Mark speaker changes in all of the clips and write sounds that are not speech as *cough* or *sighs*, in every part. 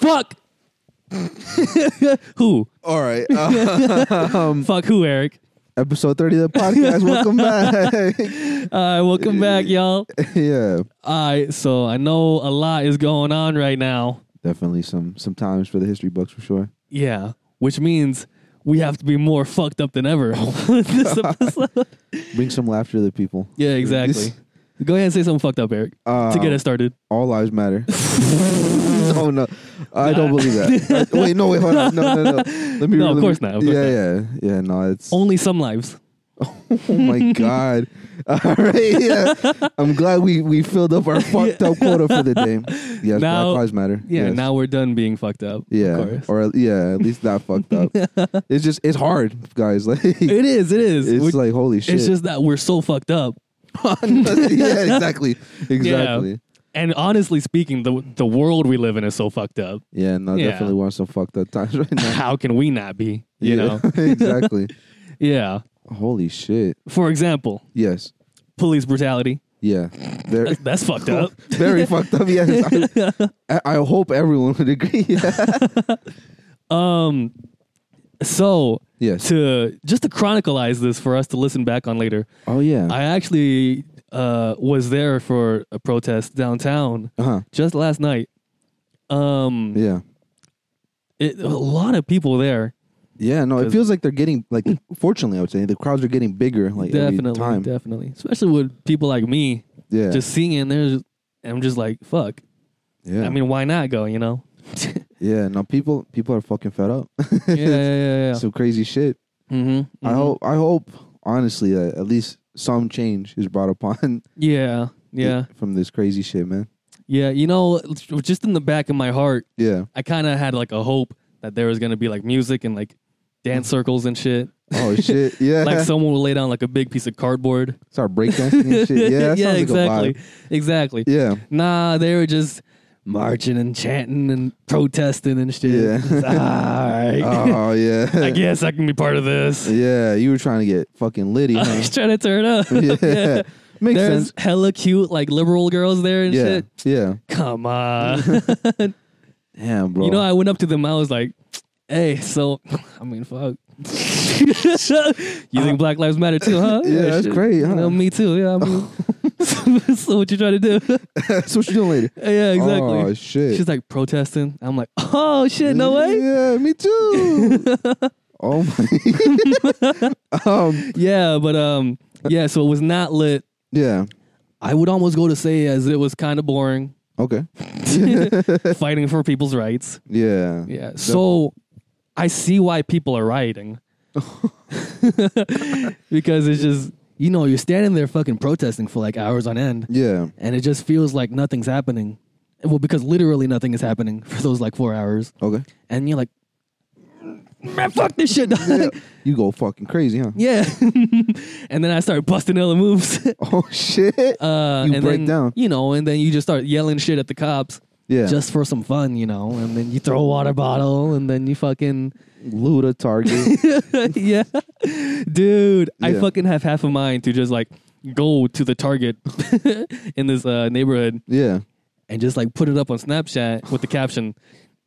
Speaker 1: Fuck. *laughs* who?
Speaker 2: All right. Uh,
Speaker 1: Fuck who, Eric?
Speaker 2: episode 30 of the
Speaker 1: *laughs*
Speaker 2: podcast. Welcome back. *laughs*
Speaker 1: Uh, welcome back, y'all.
Speaker 2: yeah.
Speaker 1: All right, so I know a lot is going on right now.
Speaker 2: Definitely some some times for the history books for sure.
Speaker 1: Yeah, which means we have to be more fucked up than ever. *laughs* This
Speaker 2: *laughs*
Speaker 1: episode-
Speaker 2: Bring some laughter to the people.
Speaker 1: yeah, exactly. Go ahead and say something fucked up, Eric, to get
Speaker 2: Uh,
Speaker 1: us started.
Speaker 2: All
Speaker 1: *laughs*
Speaker 2: lives matter. *laughs* oh no. I don't
Speaker 1: *laughs*
Speaker 2: believe that. Uh, wait, no, wait, hold on. No, no, no. Let me
Speaker 1: No, of
Speaker 2: let me-
Speaker 1: course not, of course
Speaker 2: yeah, yeah. Yeah, no, it's
Speaker 1: Only some lives.
Speaker 2: Oh my
Speaker 1: *laughs*
Speaker 2: god! *laughs* All right, yeah. I'm glad we we filled
Speaker 1: *laughs*
Speaker 2: up our fucked up quota for the day. Yes,
Speaker 1: Now-
Speaker 2: Black Lives Matter.
Speaker 1: Yeah,
Speaker 2: Yes.
Speaker 1: now we're done being fucked up. Of
Speaker 2: yeah,
Speaker 1: course.
Speaker 2: or yeah, at least not
Speaker 1: *laughs*
Speaker 2: fucked up. it's just it's hard, guys. *laughs* Like it's
Speaker 1: It is, it is. We're-
Speaker 2: like holy shit. *laughs*
Speaker 1: it's just that we're so fucked up.
Speaker 2: yeah,
Speaker 1: *laughs*
Speaker 2: exactly, exactly.
Speaker 1: And honestly speaking, the the world we live in is so fucked up.
Speaker 2: Yeah, no,
Speaker 1: Yeah.
Speaker 2: definitely want some fucked up times *laughs* right now.
Speaker 1: *laughs* How can we not be? You
Speaker 2: Yeah,
Speaker 1: know?
Speaker 2: *laughs* exactly.
Speaker 1: Yeah.
Speaker 2: Holy shit.
Speaker 1: For example,
Speaker 2: Yes.
Speaker 1: police brutality.
Speaker 2: Yeah. They're
Speaker 1: That's fucked up.
Speaker 2: *laughs* very fucked up. Yes. I, I hope everyone would agree. *laughs*
Speaker 1: Um so
Speaker 2: Yes.
Speaker 1: to just to chronicleize this for us to listen back on later,
Speaker 2: Oh yeah.
Speaker 1: I actually uh was there for a protest downtown
Speaker 2: uh huh.
Speaker 1: just last night. Um
Speaker 2: Yeah.
Speaker 1: it, a lot of people there.
Speaker 2: Yeah, no, it
Speaker 1: 'Cause-
Speaker 2: feels like they're getting like. fortunately, I would say the crowds are getting bigger. Like every
Speaker 1: definitely,
Speaker 2: time.
Speaker 1: definitely. Especially with people like me
Speaker 2: yeah,
Speaker 1: just singing there I'm just like, fuck.
Speaker 2: yeah.
Speaker 1: I mean, why not go, you
Speaker 2: *laughs*
Speaker 1: know?
Speaker 2: yeah. No, people people are fucking fed up. *laughs*
Speaker 1: Yeah, yeah, yeah, yeah.
Speaker 2: Some crazy shit.
Speaker 1: hmm
Speaker 2: I hope. I hope honestly that at least some change is brought upon. *laughs*
Speaker 1: Yeah, yeah,
Speaker 2: From this crazy shit, man.
Speaker 1: yeah. You know, just in the back of my heart,
Speaker 2: Yeah.
Speaker 1: I kind of had like a hope that there was gonna be like music and like dance
Speaker 2: Mm-hmm.
Speaker 1: circles and shit.
Speaker 2: Oh
Speaker 1: *laughs*
Speaker 2: shit. Yeah. *laughs*
Speaker 1: Like someone would lay down like a big piece of cardboard.
Speaker 2: Start breakdancing and shit. Yeah.
Speaker 1: *laughs*
Speaker 2: That sounds
Speaker 1: exactly,
Speaker 2: Like a vibe.
Speaker 1: exactly.
Speaker 2: Yeah.
Speaker 1: Nah, they were just marching and chanting and protesting and shit.
Speaker 2: Yeah.
Speaker 1: It's, "Ah, all right.
Speaker 2: *laughs*
Speaker 1: *laughs*
Speaker 2: Oh yeah.
Speaker 1: I guess I can be part of this.
Speaker 2: *laughs* yeah. You were trying to get fucking litty.
Speaker 1: *laughs* I
Speaker 2: Huh? *laughs*
Speaker 1: was trying to turn up. *laughs*
Speaker 2: yeah. Makes
Speaker 1: There's
Speaker 2: sense.
Speaker 1: hella cute like liberal girls there and
Speaker 2: Yeah.
Speaker 1: shit.
Speaker 2: Yeah.
Speaker 1: Come on.
Speaker 2: *laughs*
Speaker 1: *laughs*
Speaker 2: Damn, bro.
Speaker 1: You know, I went up to them. I was like, "Hey, so *laughs* I mean, fuck. you think Black Lives Matter too, huh?
Speaker 2: Uh-huh. Yeah, that's
Speaker 1: shit.
Speaker 2: great, huh?
Speaker 1: You know, me too. Yeah, I mean, *laughs* so, so what you trying to do?
Speaker 2: *laughs* That's what you doing later.
Speaker 1: yeah, *laughs* exactly.
Speaker 2: Oh shit.
Speaker 1: She's like protesting. I'm like, oh shit, no way.
Speaker 2: Yeah, me
Speaker 1: *laughs*
Speaker 2: too. oh my. *laughs* um,
Speaker 1: Yeah, but um, yeah. So it was not lit.
Speaker 2: yeah.
Speaker 1: I would almost go to say as it was kind of
Speaker 2: *laughs*
Speaker 1: boring, *laughs*
Speaker 2: Okay.
Speaker 1: fighting for people's rights.
Speaker 2: Yeah.
Speaker 1: Yeah. So I see why people are rioting. *laughs* because it's just, you know, you're standing there fucking protesting for like hours on end
Speaker 2: Yeah.
Speaker 1: and it just feels like nothing's happening. Well, because literally nothing is happening *laughs* for those like four hours.
Speaker 2: Okay.
Speaker 1: And you're like, man, fuck this shit. *laughs*
Speaker 2: Yeah.
Speaker 1: dog."
Speaker 2: You go fucking crazy, huh?
Speaker 1: yeah. *laughs* and then I start busting other moves. *laughs*
Speaker 2: Oh shit.
Speaker 1: Uh,
Speaker 2: You
Speaker 1: and
Speaker 2: break
Speaker 1: then,
Speaker 2: down.
Speaker 1: You know, and then you just start yelling shit at the cops.
Speaker 2: Yeah.
Speaker 1: Just for some fun, you know, and then you throw a water bottle, and then you fucking
Speaker 2: loot
Speaker 1: *laughs*
Speaker 2: a target.
Speaker 1: yeah. Dude, I
Speaker 2: Yeah.
Speaker 1: fucking have half a mind to just like go to the Target *laughs* in this uh, neighborhood
Speaker 2: yeah.
Speaker 1: and just like put it up on Snapchat with the caption,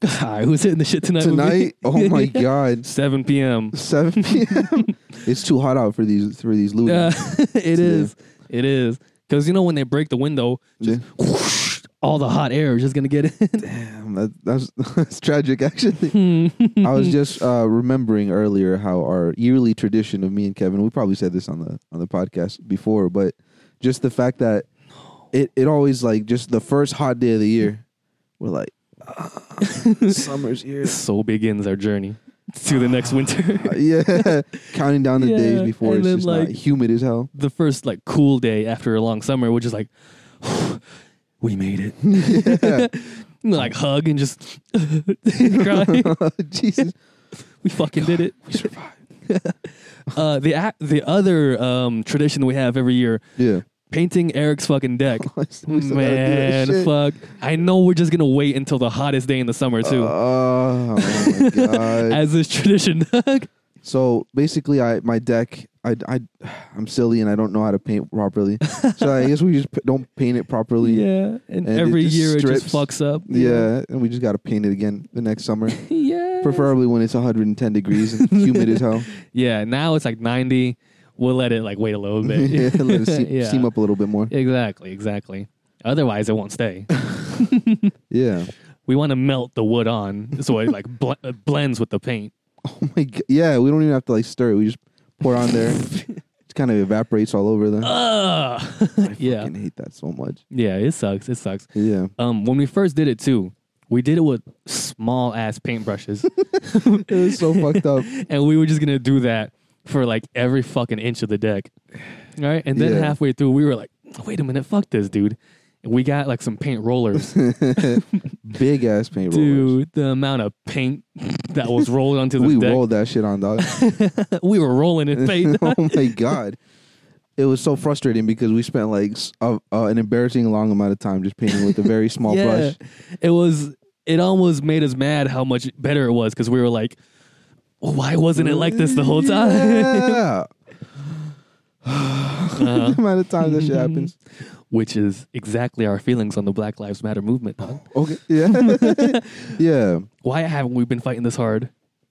Speaker 1: "All right, who's hitting the shit tonight? with me?"
Speaker 2: Tonight. Oh
Speaker 1: *laughs*
Speaker 2: my god.
Speaker 1: 7 p.m. *laughs*
Speaker 2: 7 p.m. it's too hot out for these for these looters.
Speaker 1: Uh, it is. It is. Because you know, when they break the window, just whoosh, all the hot air is just going to get in.
Speaker 2: Damn, that, that's *laughs* that's tragic. Actually,
Speaker 1: Hmm.
Speaker 2: I was just uh, remembering earlier how our yearly tradition of me and Kevin. We probably said this on the on the podcast before, but just the fact that it it always like just the first hot day of the year, we're like,
Speaker 1: *laughs*
Speaker 2: "Ah, summer's here.
Speaker 1: so begins our journey to the next *laughs* winter.
Speaker 2: Uh, yeah, *laughs* counting down the days
Speaker 1: Yeah,
Speaker 2: before
Speaker 1: and
Speaker 2: it's
Speaker 1: then,
Speaker 2: just
Speaker 1: like-
Speaker 2: not humid as hell. *laughs*
Speaker 1: the first like cool day after a long summer, which is like, *sighs* we made it. *laughs*
Speaker 2: *laughs*
Speaker 1: And, like hug and just *laughs* cry.
Speaker 2: Jesus,
Speaker 1: we fucking did it.
Speaker 2: we survived.
Speaker 1: Uh, the ac- the other um, tradition we have every year,
Speaker 2: *laughs* Yeah, *laughs*
Speaker 1: painting Eric's fucking deck.
Speaker 2: We still gotta do that
Speaker 1: Man,
Speaker 2: shit.
Speaker 1: fuck. I know we're just gonna wait *laughs*
Speaker 2: Uh,
Speaker 1: until the hottest day in the summer too,
Speaker 2: Oh my oh god.
Speaker 1: as is tradition. *laughs*
Speaker 2: So basically, I my deck. I I I'm silly and I don't know how to paint properly. so I guess we just p- don't paint it properly.
Speaker 1: Yeah, and,
Speaker 2: And it
Speaker 1: every
Speaker 2: just
Speaker 1: year it just
Speaker 2: strips.
Speaker 1: fucks up.
Speaker 2: Yeah, and we just got to paint it again the
Speaker 1: *laughs*
Speaker 2: next summer,
Speaker 1: yeah.
Speaker 2: preferably when it's 110 degrees and humid as hell.
Speaker 1: Yeah, now it's like 90. We'll let it like wait a little bit.
Speaker 2: *laughs* yeah,
Speaker 1: *laughs*
Speaker 2: let it steam,
Speaker 1: *laughs* Yeah.
Speaker 2: steam up a little bit more.
Speaker 1: Exactly, exactly. Otherwise, it won't stay.
Speaker 2: Yeah.
Speaker 1: we want to melt the wood on so it like bl- uh, blends with the paint.
Speaker 2: *laughs* Oh my god. Yeah, we don't even have to like stir it. We just pour on *laughs* there. it kind of evaporates all over them.
Speaker 1: Ugh.
Speaker 2: I
Speaker 1: yeah,
Speaker 2: fucking hate that so much.
Speaker 1: yeah. It sucks. It sucks.
Speaker 2: Yeah.
Speaker 1: Um, when we first did it too, we did it with small ass
Speaker 2: *laughs*
Speaker 1: paintbrushes,
Speaker 2: *laughs* It was so fucked up.
Speaker 1: and we were just gonna do that for like every fucking inch of the deck. All right, and then
Speaker 2: Yeah.
Speaker 1: halfway through, we were like, "Wait a minute, fuck this, dude." And we got like some paint
Speaker 2: *laughs*
Speaker 1: rollers.
Speaker 2: Big ass paint rollers.
Speaker 1: Dude, the amount of paint that was rolled onto this
Speaker 2: We
Speaker 1: deck.
Speaker 2: rolled that shit on dog.
Speaker 1: *laughs* we were rolling in paint.
Speaker 2: oh my god. It was so frustrating because we spent like s- a, uh, an embarrassing long amount of time just painting with a *laughs* very small brush.
Speaker 1: It was it almost made us mad how much better it was because we were like, "Well, why wasn't it like this the whole time?
Speaker 2: *laughs*
Speaker 1: Uh-huh.
Speaker 2: Yeah. the amount of time that *laughs* shit happens.
Speaker 1: *laughs* Which is exactly our feelings on the Black Lives Matter movement. dog.
Speaker 2: Okay. Yeah. *laughs* yeah.
Speaker 1: Why haven't we been fighting this hard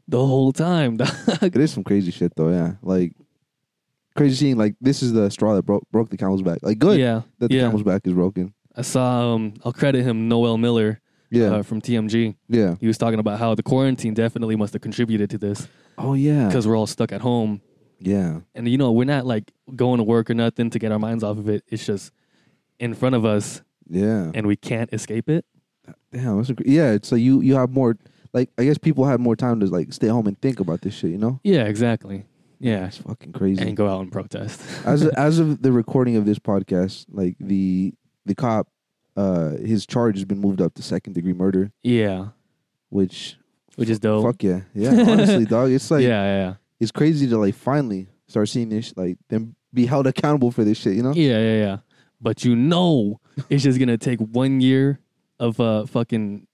Speaker 1: the whole time? *laughs* dog?
Speaker 2: It is some crazy shit though, yeah. Like crazy seeing like this is the straw that broke broke the camel's back. Like good
Speaker 1: yeah.
Speaker 2: that the
Speaker 1: yeah.
Speaker 2: camel's back is broken.
Speaker 1: I saw um I'll credit him, Noel Miller
Speaker 2: Yeah.
Speaker 1: uh, from TMG.
Speaker 2: yeah.
Speaker 1: He was talking about how the quarantine definitely must have contributed to this
Speaker 2: Oh yeah.
Speaker 1: because we're all stuck at home.
Speaker 2: Yeah.
Speaker 1: and you know we're not like going to work or nothing to get our minds off of it it's just in front of us
Speaker 2: Yeah.
Speaker 1: and we can't escape it
Speaker 2: Damn, that's a, gr- yeah, it's like you you have more like I guess people have more time to like stay home and think about this shit, you know?
Speaker 1: yeah exactly yeah
Speaker 2: It's fucking crazy.
Speaker 1: and go out and protest *laughs*
Speaker 2: as as of the recording of this podcast, like the the cop, uh, his charge has been moved up to second degree murder,
Speaker 1: yeah
Speaker 2: which
Speaker 1: which is dope
Speaker 2: fuck yeah, yeah. Honestly,
Speaker 1: *laughs*
Speaker 2: dog, it's like
Speaker 1: yeah yeah
Speaker 2: it's crazy to like finally start seeing this, like them be held accountable for this shit, you know?
Speaker 1: yeah yeah yeah but you know it's just gonna take one year of uh fucking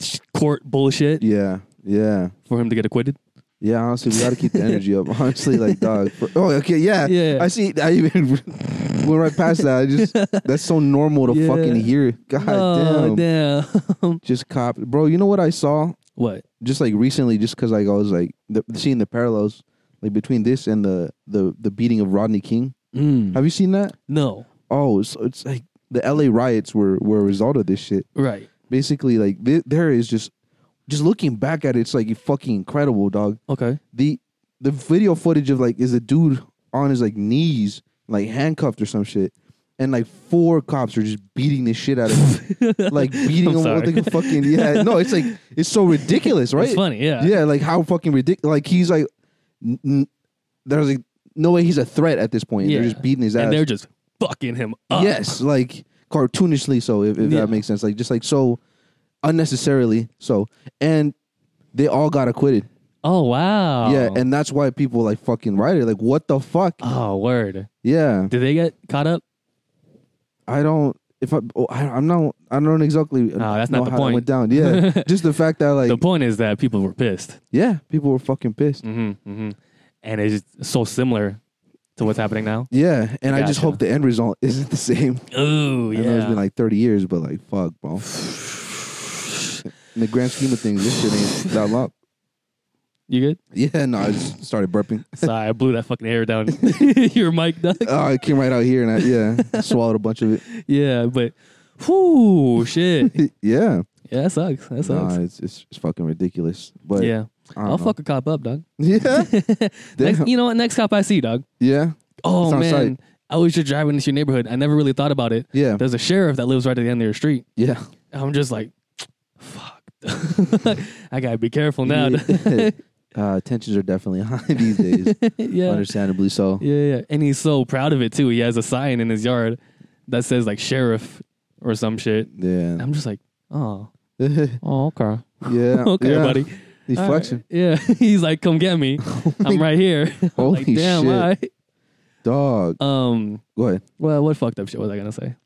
Speaker 1: sh- court bullshit
Speaker 2: Yeah, yeah,
Speaker 1: for him to get acquitted
Speaker 2: yeah. Honestly, we gotta keep the energy up. *laughs* Honestly, like dog. For, oh, okay, yeah.
Speaker 1: Yeah.
Speaker 2: I see. I even *laughs* went right past that. I
Speaker 1: *laughs*
Speaker 2: just that's so normal to
Speaker 1: Yeah.
Speaker 2: fucking hear. God
Speaker 1: oh
Speaker 2: damn.
Speaker 1: damn, *laughs*
Speaker 2: Just cop, bro. You know what I saw?
Speaker 1: what
Speaker 2: just like recently, just because like I was like the, seeing the parallels like between this and the the the beating of Rodney King.
Speaker 1: Mm.
Speaker 2: Have you seen that?
Speaker 1: no
Speaker 2: Oh, so it's like the L.A. riots were were a result of this shit.
Speaker 1: right
Speaker 2: Basically, like th- there is just just looking back at it, it's like fucking incredible, dog.
Speaker 1: okay
Speaker 2: The the video footage of like is a dude on his like knees, like handcuffed or some shit. And like four cops are just beating the shit out of
Speaker 1: *laughs*
Speaker 2: him, like beating
Speaker 1: I'm
Speaker 2: him with
Speaker 1: sorry.
Speaker 2: like a fucking
Speaker 1: *laughs*
Speaker 2: yeah. No, it's like it's so ridiculous, right?
Speaker 1: it's funny yeah
Speaker 2: Yeah, like how fucking ridiculous. Like he's like, n- n- there's like no way he's a threat at this point. They're
Speaker 1: Yeah.
Speaker 2: just beating his ass.
Speaker 1: and they're just fucking him up
Speaker 2: yes, like cartoonishly so, if, if
Speaker 1: Yeah.
Speaker 2: that makes sense. Like just like so unnecessarily so, and they all got acquitted.
Speaker 1: Oh wow.
Speaker 2: Yeah, and that's why people like fucking riot. Like what the fuck?
Speaker 1: oh word.
Speaker 2: yeah,
Speaker 1: Did they get caught up?
Speaker 2: I don't. If I, oh, I, I'm not, I don't exactly.
Speaker 1: No, Oh, that's
Speaker 2: know
Speaker 1: not the
Speaker 2: how
Speaker 1: point.
Speaker 2: That went
Speaker 1: *laughs*
Speaker 2: down. Yeah, just the fact that like,
Speaker 1: the point is that people were pissed.
Speaker 2: yeah, people were fucking pissed.
Speaker 1: hmm hmm And it's just so similar to what's happening
Speaker 2: *laughs*
Speaker 1: now.
Speaker 2: Yeah, and I just
Speaker 1: Gotcha.
Speaker 2: hope the end result *laughs* isn't the same.
Speaker 1: Oh
Speaker 2: I know it's
Speaker 1: yeah.
Speaker 2: been like 30 years, but like, fuck, bro.
Speaker 1: *sighs*
Speaker 2: In the grand scheme of things, this shit ain't that long.
Speaker 1: you
Speaker 2: *laughs*
Speaker 1: good?
Speaker 2: Yeah, no, I just started burping.
Speaker 1: Sorry, I blew that fucking hair
Speaker 2: *laughs*
Speaker 1: down *laughs* your mic, Doug.
Speaker 2: Oh, I came right out here and I, yeah,
Speaker 1: *laughs*
Speaker 2: I swallowed a bunch of it.
Speaker 1: Yeah, but whoo
Speaker 2: *laughs*
Speaker 1: shit.
Speaker 2: Yeah.
Speaker 1: Yeah, that sucks. That sucks.
Speaker 2: Nah, it's, it's, it's fucking ridiculous. But
Speaker 1: yeah.
Speaker 2: I
Speaker 1: I'll
Speaker 2: don't know.
Speaker 1: fuck a cop up, dog.
Speaker 2: *laughs* Yeah.
Speaker 1: *laughs* Next, e-
Speaker 2: Damn.
Speaker 1: you know what? Next cop I see, dog.
Speaker 2: yeah.
Speaker 1: Oh
Speaker 2: It's on
Speaker 1: man.
Speaker 2: site.
Speaker 1: I was just driving into your neighborhood. I never really thought about it.
Speaker 2: Yeah.
Speaker 1: There's a sheriff that lives right at the end of your street. *laughs*
Speaker 2: Yeah.
Speaker 1: I'm just like, fuck. *laughs* I gotta be careful now.
Speaker 2: *laughs* uh, tensions are definitely *laughs* high these days,
Speaker 1: *laughs* yeah.
Speaker 2: understandably so.
Speaker 1: Yeah, yeah. And he's so proud of it too. He has a sign in his yard that says like sheriff or some shit.
Speaker 2: Yeah.
Speaker 1: I'm just like, oh,
Speaker 2: yeah.
Speaker 1: oh, okay.
Speaker 2: *laughs*
Speaker 1: *laughs* Okay,
Speaker 2: Okay,
Speaker 1: buddy.
Speaker 2: He's
Speaker 1: All
Speaker 2: flexing.
Speaker 1: right. Yeah. *laughs* he's like, come get
Speaker 2: *laughs*
Speaker 1: me. I'm right here. *laughs* I'm like,
Speaker 2: Holy
Speaker 1: damn,
Speaker 2: shit.
Speaker 1: all right.
Speaker 2: Dog.
Speaker 1: Um,
Speaker 2: Go ahead.
Speaker 1: well, what fucked up shit was I gonna say?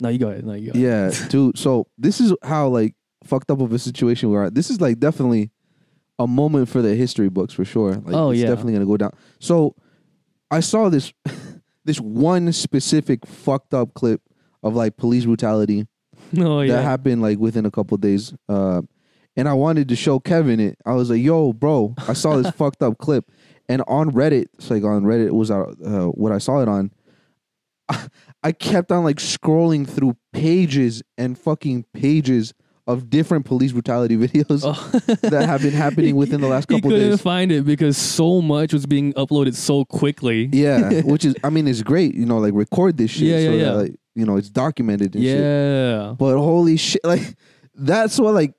Speaker 1: No, you go ahead. No, you go ahead. *laughs*
Speaker 2: Yeah, dude. So this is how like fucked up of a situation we are. This is like definitely a moment for the history books for sure. Like,
Speaker 1: Oh,
Speaker 2: it's
Speaker 1: yeah.
Speaker 2: definitely gonna go down. So I saw this *laughs* this one specific fucked up clip of like police brutality
Speaker 1: *laughs* Oh
Speaker 2: that
Speaker 1: yeah.
Speaker 2: happened like within a couple days. Uh, and I wanted to show Kevin it. I was like, "Yo, bro, I saw this *laughs* fucked up clip." And on Reddit, it's like on Reddit was uh, uh, what I saw it on. *laughs* I kept on like scrolling through pages and fucking pages of different police brutality *laughs* videos
Speaker 1: Oh.
Speaker 2: that have been happening within
Speaker 1: *laughs*
Speaker 2: the last couple
Speaker 1: he couldn't
Speaker 2: days.
Speaker 1: find it because so much was being uploaded so quickly.
Speaker 2: yeah,
Speaker 1: *laughs*
Speaker 2: which is I mean it's great, you know, like record this shit
Speaker 1: Yeah, yeah,
Speaker 2: so
Speaker 1: yeah.
Speaker 2: that like, you know, it's documented and shit.
Speaker 1: Yeah.
Speaker 2: But holy shit, like that's what like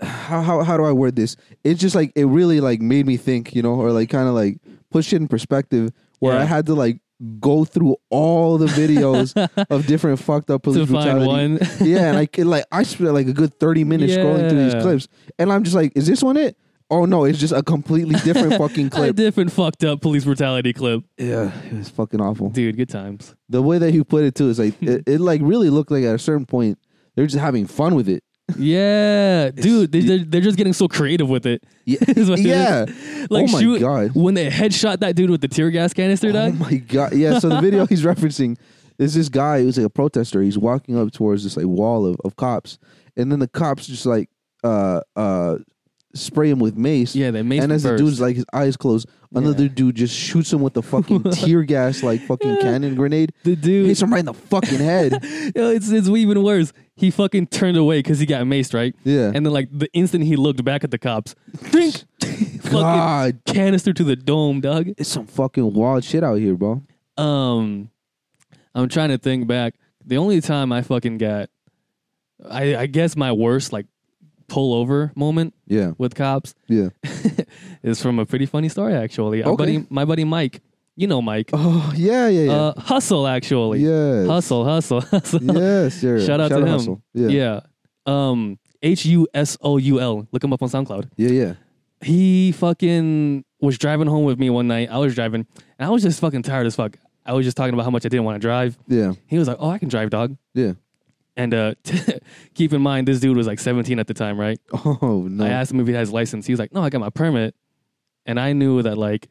Speaker 2: how how how do I word this? It's just like it really like made me think, you know, or like kind of like push it in perspective where
Speaker 1: Yeah.
Speaker 2: I had to like go through all the videos
Speaker 1: *laughs*
Speaker 2: of different fucked up police
Speaker 1: To find
Speaker 2: brutality.
Speaker 1: one.
Speaker 2: *laughs*
Speaker 1: *laughs*
Speaker 2: yeah, and I could, like I spent like a good thirty minutes scrolling through
Speaker 1: Yeah.
Speaker 2: these clips, and I'm just like, is this one it? Oh no, it's just a completely
Speaker 1: *laughs*
Speaker 2: different fucking
Speaker 1: A
Speaker 2: clip.
Speaker 1: different fucked up police brutality clip.
Speaker 2: Yeah, it was fucking awful.
Speaker 1: Dude, good times.
Speaker 2: The way that he put it too
Speaker 1: *laughs*
Speaker 2: is like it, it like really looked like at a certain point they're just having fun with it.
Speaker 1: Yeah. Dude, they, they're, they're just getting so creative with it.
Speaker 2: Yeah,
Speaker 1: *laughs* Is what it is.
Speaker 2: yeah.
Speaker 1: Like
Speaker 2: oh my
Speaker 1: shoot, *laughs*
Speaker 2: god.
Speaker 1: when they headshot that dude with the tear gas canister,
Speaker 2: Oh
Speaker 1: dog.
Speaker 2: my god. Yeah. So the video he's referencing is this guy who's like a protester. He's walking up towards this like wall of, of cops, and then the cops just like uh uh spray him with mace.
Speaker 1: yeah, they made
Speaker 2: and as the
Speaker 1: burst.
Speaker 2: dude's like his eyes closed, another
Speaker 1: Yeah.
Speaker 2: dude just shoots him with
Speaker 1: *laughs*
Speaker 2: a fucking tear gas like fucking cannon grenade.
Speaker 1: the dude,
Speaker 2: Hits him right in the fucking head.
Speaker 1: *laughs* Yo, it's it's even worse. He fucking turned away because he got maced, right?
Speaker 2: Yeah.
Speaker 1: And then like the instant he looked back at the cops,
Speaker 2: *laughs*
Speaker 1: think *laughs* fucking
Speaker 2: God,
Speaker 1: canister to the dome, dog.
Speaker 2: it's some fucking wild shit out here, bro.
Speaker 1: Um, I'm trying to think back. The only time I fucking got, I I guess my worst like pullover moment
Speaker 2: Yeah,
Speaker 1: with cops *laughs*
Speaker 2: yeah.
Speaker 1: is from a pretty funny story actually. Our
Speaker 2: Okay.
Speaker 1: buddy, my buddy Mike, you know Mike.
Speaker 2: Oh, yeah, yeah, yeah.
Speaker 1: Uh, hustle actually.
Speaker 2: yes.
Speaker 1: Hustle, hustle, *laughs* hustle.
Speaker 2: Yes,
Speaker 1: *laughs*
Speaker 2: yeah.
Speaker 1: Shout out to him.
Speaker 2: Hustle. Yeah. yeah,
Speaker 1: Yeah. Um H U S O U L. Look him up on SoundCloud.
Speaker 2: yeah, yeah.
Speaker 1: He fucking was driving home with me one night. I was driving and I was just fucking tired as fuck. I was just talking about how much I didn't want to drive.
Speaker 2: Yeah,
Speaker 1: He was like, "Oh, I can drive, dog."
Speaker 2: yeah. *laughs*
Speaker 1: And uh *laughs* keep in mind this dude was like 17 at the time, right?
Speaker 2: Oh no.
Speaker 1: I asked him if he had his license. He was like, "No, I got my permit." And I knew that like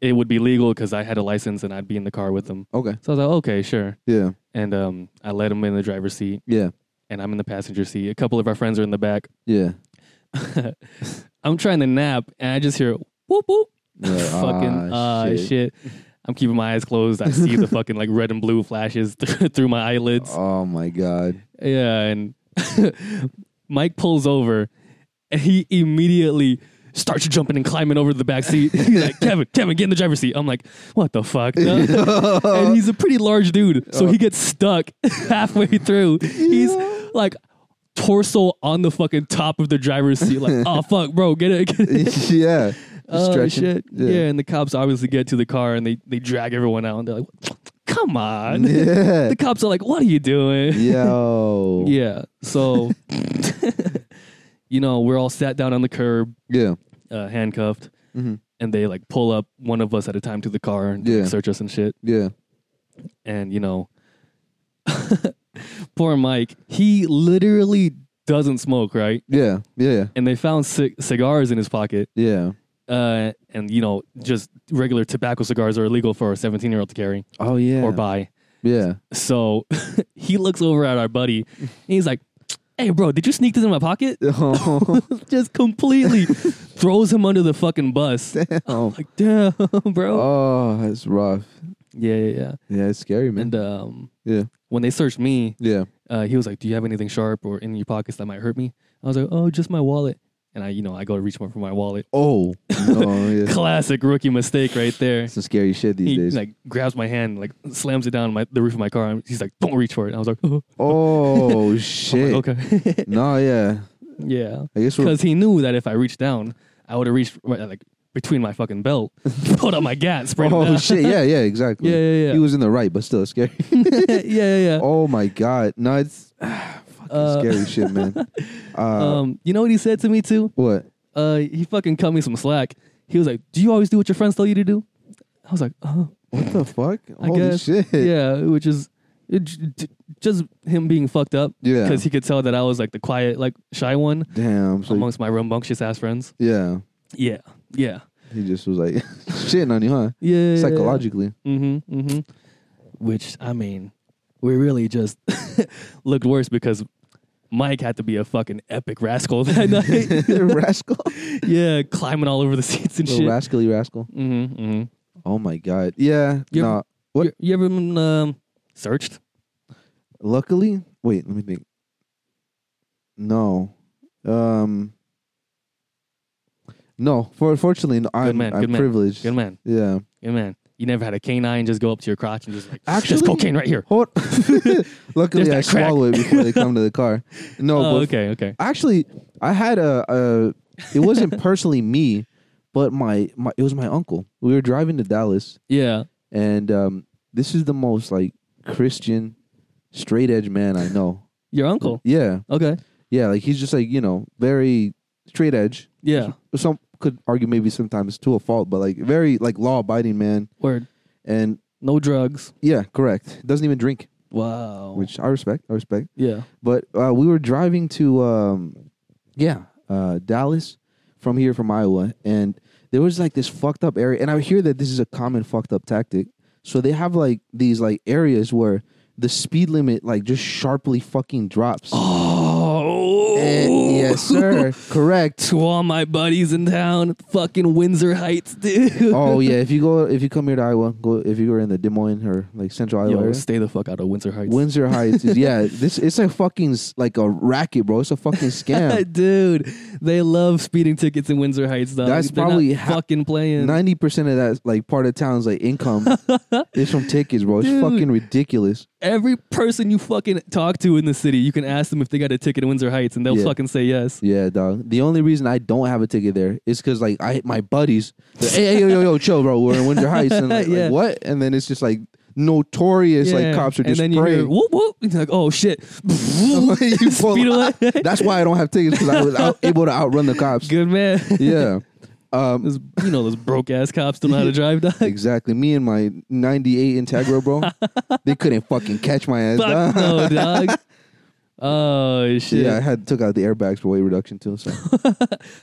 Speaker 1: it would be legal cuz I had a license and I'd be in the car with him.
Speaker 2: okay.
Speaker 1: So I was like, "Okay, sure."
Speaker 2: Yeah,
Speaker 1: And um I let him in the driver's seat
Speaker 2: yeah,
Speaker 1: and I'm in the passenger seat. A couple of our friends are in the back. *laughs*
Speaker 2: yeah.
Speaker 1: I'm trying to nap and I just hear whoop whoop.
Speaker 2: Yeah,
Speaker 1: *laughs* fucking
Speaker 2: ah,
Speaker 1: ah shit.
Speaker 2: shit.
Speaker 1: I'm keeping my eyes closed. I see the fucking like red and blue flashes *laughs* through my eyelids.
Speaker 2: Oh
Speaker 1: *laughs*
Speaker 2: my god.
Speaker 1: Yeah, and Mike pulls over and he immediately starts jumping and climbing over the back seat. *laughs* He's like, Kevin, Kevin, get in the driver's seat. I'm like, what the fuck?
Speaker 2: *laughs*
Speaker 1: and he's a pretty large dude, so he gets stuck *laughs* halfway through. He's like torso on the fucking top of the driver's seat, like,
Speaker 2: *laughs*
Speaker 1: oh fuck, bro, get it, get it.
Speaker 2: yeah.
Speaker 1: Oh
Speaker 2: Stretching.
Speaker 1: shit! Yeah. and the cops obviously get to the car and they they drag everyone out and they're like, "Come on!"
Speaker 2: Yeah. *laughs*
Speaker 1: The cops are like, "What are you doing?"
Speaker 2: Yo.
Speaker 1: Yeah.
Speaker 2: *laughs*
Speaker 1: So, you know, we're all sat down on the curb,
Speaker 2: Yeah.
Speaker 1: uh, handcuffed,
Speaker 2: Mhm.
Speaker 1: and they like pull up one of us at a time to the car and like,
Speaker 2: Yeah.
Speaker 1: search us and shit.
Speaker 2: Yeah.
Speaker 1: And you know, *laughs* poor Mike, he literally doesn't smoke, right?
Speaker 2: Yeah. Yeah.
Speaker 1: And they found c- cigars in his pocket.
Speaker 2: Yeah.
Speaker 1: uh, and you know, just regular tobacco cigars are illegal for a 17 year old to carry
Speaker 2: Oh yeah.
Speaker 1: or buy.
Speaker 2: Yeah. *laughs*
Speaker 1: So *laughs* he looks over at our buddy and he's like, Hey, bro, did you sneak this in my pocket?
Speaker 2: Oh,
Speaker 1: just
Speaker 2: *laughs*
Speaker 1: completely throws him under the fucking bus.
Speaker 2: oh,
Speaker 1: Like, damn, bro.
Speaker 2: that's rough.
Speaker 1: yeah, yeah, yeah.
Speaker 2: Yeah, it's scary, man.
Speaker 1: And um,
Speaker 2: Yeah.
Speaker 1: when they searched me,
Speaker 2: Yeah.
Speaker 1: uh, he was like, Do you have anything sharp or in your pockets that might hurt me? I was like, Oh, just my wallet. And I, you know, I go to reach for my wallet.
Speaker 2: Oh.
Speaker 1: *laughs*
Speaker 2: Oh yeah.
Speaker 1: Classic rookie mistake right there.
Speaker 2: Some scary shit these
Speaker 1: he
Speaker 2: days.
Speaker 1: like grabs my hand, like slams it down my, the roof of my car. And he's like, "Don't reach for it." And I was like, "Oh, *laughs*
Speaker 2: oh shit.
Speaker 1: I'm like, okay, *laughs*
Speaker 2: No, yeah.
Speaker 1: yeah,"
Speaker 2: I guess we're
Speaker 1: because he knew that if I reached down, I would have reached right, like between my fucking belt, *laughs* pulled out my gat, sprayed it
Speaker 2: Oh
Speaker 1: down.
Speaker 2: shit! Yeah, yeah,
Speaker 1: *laughs*
Speaker 2: exactly.
Speaker 1: Yeah, yeah, yeah.
Speaker 2: He was in the right, but still scary.
Speaker 1: *laughs* yeah, yeah, yeah.
Speaker 2: oh my god! No, it's *sighs* fucking
Speaker 1: Uh,
Speaker 2: scary shit,
Speaker 1: *laughs*
Speaker 2: man. Uh,
Speaker 1: um, you know what he said to me too?
Speaker 2: what?
Speaker 1: Uh, he fucking cut me some slack. He was like, "Do you always do what your friends tell you to do?" I was like, "Uh,
Speaker 2: What the fuck?
Speaker 1: I
Speaker 2: Holy
Speaker 1: guess,
Speaker 2: shit!
Speaker 1: yeah," which is. It, j- j- just him being fucked up
Speaker 2: Yeah.
Speaker 1: because he could tell that I was like the quiet, like shy one
Speaker 2: Damn. So
Speaker 1: amongst my rambunctious ass friends.
Speaker 2: yeah,
Speaker 1: Yeah. Yeah.
Speaker 2: He just was like *laughs* shitting on you, huh?
Speaker 1: Yeah. *laughs*
Speaker 2: Psychologically. *laughs*
Speaker 1: Mm-hmm. Mm-hmm. Which I mean, we really just *laughs* looked worse because Mike had to be a fucking epic rascal *laughs* that
Speaker 2: *laughs*
Speaker 1: night. *laughs*
Speaker 2: rascal.
Speaker 1: yeah, climbing all over the seats and
Speaker 2: Little
Speaker 1: shit.
Speaker 2: rascally rascal.
Speaker 1: mm-hmm. Mm-hmm.
Speaker 2: Oh my god. Yeah.
Speaker 1: You
Speaker 2: no.
Speaker 1: ever- You, you ever been um, searched?
Speaker 2: Luckily, wait, let me think. No. Um No, for fortunately no, I'm,
Speaker 1: man,
Speaker 2: I'm
Speaker 1: good man,
Speaker 2: privileged.
Speaker 1: Good man.
Speaker 2: Yeah.
Speaker 1: Good man. You never had a canine just go up to your crotch and just like,
Speaker 2: Actually-
Speaker 1: there's cocaine right here.
Speaker 2: Hold. *laughs*
Speaker 1: There's
Speaker 2: Luckily, I
Speaker 1: that crack.
Speaker 2: swallow it before they come to the car.
Speaker 1: *laughs*
Speaker 2: No,
Speaker 1: oh,
Speaker 2: but
Speaker 1: okay, okay.
Speaker 2: actually, I had a, a.
Speaker 1: *laughs*
Speaker 2: It wasn't personally me, but my, my it was my uncle. We were driving to Dallas,
Speaker 1: Yeah.
Speaker 2: and um, this is the most like Christian, straight edge man I know.
Speaker 1: Your uncle.
Speaker 2: Yeah,
Speaker 1: Okay.
Speaker 2: yeah, like he's just like you know very straight edge.
Speaker 1: Yeah.
Speaker 2: Some could argue maybe sometimes to a fault, but like very like law abiding man.
Speaker 1: Word.
Speaker 2: And
Speaker 1: No drugs.
Speaker 2: yeah, correct. Doesn't even drink,
Speaker 1: Wow.
Speaker 2: which I respect. I respect.
Speaker 1: yeah.
Speaker 2: But uh, we were driving to um, yeah uh, Dallas from here from Iowa, and there was like this fucked up area, and I hear that this is a common fucked up tactic. So they have like these like areas where the speed limit like just sharply fucking drops.
Speaker 1: Oh.
Speaker 2: And- yes, sir. *laughs*
Speaker 1: *laughs*
Speaker 2: Correct.
Speaker 1: to all my buddies in town, fucking Windsor Heights, dude.
Speaker 2: Oh yeah. If you *laughs* go, if you come here to Iowa, go. If you were in the Des Moines or like Central
Speaker 1: *laughs*
Speaker 2: Iowa,
Speaker 1: Yo,
Speaker 2: area,
Speaker 1: stay the fuck out of Windsor Heights.
Speaker 2: Windsor Heights. is- yeah, this it's a fucking s- like a racket, bro. It's a *laughs* fucking
Speaker 1: *laughs*
Speaker 2: scam.
Speaker 1: dude, they love speeding tickets in Windsor Heights. Dog.
Speaker 2: That's
Speaker 1: They're not
Speaker 2: probably ha-
Speaker 1: fucking playing.
Speaker 2: Ninety percent of that like part of town's
Speaker 1: *laughs*
Speaker 2: like income is from tickets, bro. It's
Speaker 1: Dude.
Speaker 2: fucking ridiculous.
Speaker 1: Every person you fucking talk to in the city, you can ask them if they got a ticket in Windsor Heights, and they'll
Speaker 2: Yeah.
Speaker 1: fucking say yes.
Speaker 2: Yeah, dog. The only reason I don't have a ticket there is because like I my buddies, they're, hey, hey, yo, yo, yo, chill, bro. We're in Windsor Heights,
Speaker 1: *laughs*
Speaker 2: and like, like,
Speaker 1: Yeah.
Speaker 2: what? And then it's just like notorious,
Speaker 1: Yeah.
Speaker 2: like cops are just
Speaker 1: and then you hear
Speaker 2: spraying.
Speaker 1: whoop whoop. It's like oh shit, *laughs*
Speaker 2: *laughs* You pull-
Speaker 1: Speed alert.
Speaker 2: *laughs* That's why I don't have tickets because I was
Speaker 1: *laughs*
Speaker 2: out, able to outrun the cops.
Speaker 1: good man. *laughs*
Speaker 2: Yeah. Um,
Speaker 1: Those- you know those broke ass cops don't know how to drive.
Speaker 2: *laughs*
Speaker 1: Dog.
Speaker 2: exactly. Me and my 98 Integra, bro, they couldn't fucking catch my ass.
Speaker 1: *laughs* Fuck
Speaker 2: dog.
Speaker 1: no,
Speaker 2: *laughs*
Speaker 1: dog. Oh shit,
Speaker 2: Yeah, I had took out the airbags for weight reduction too. So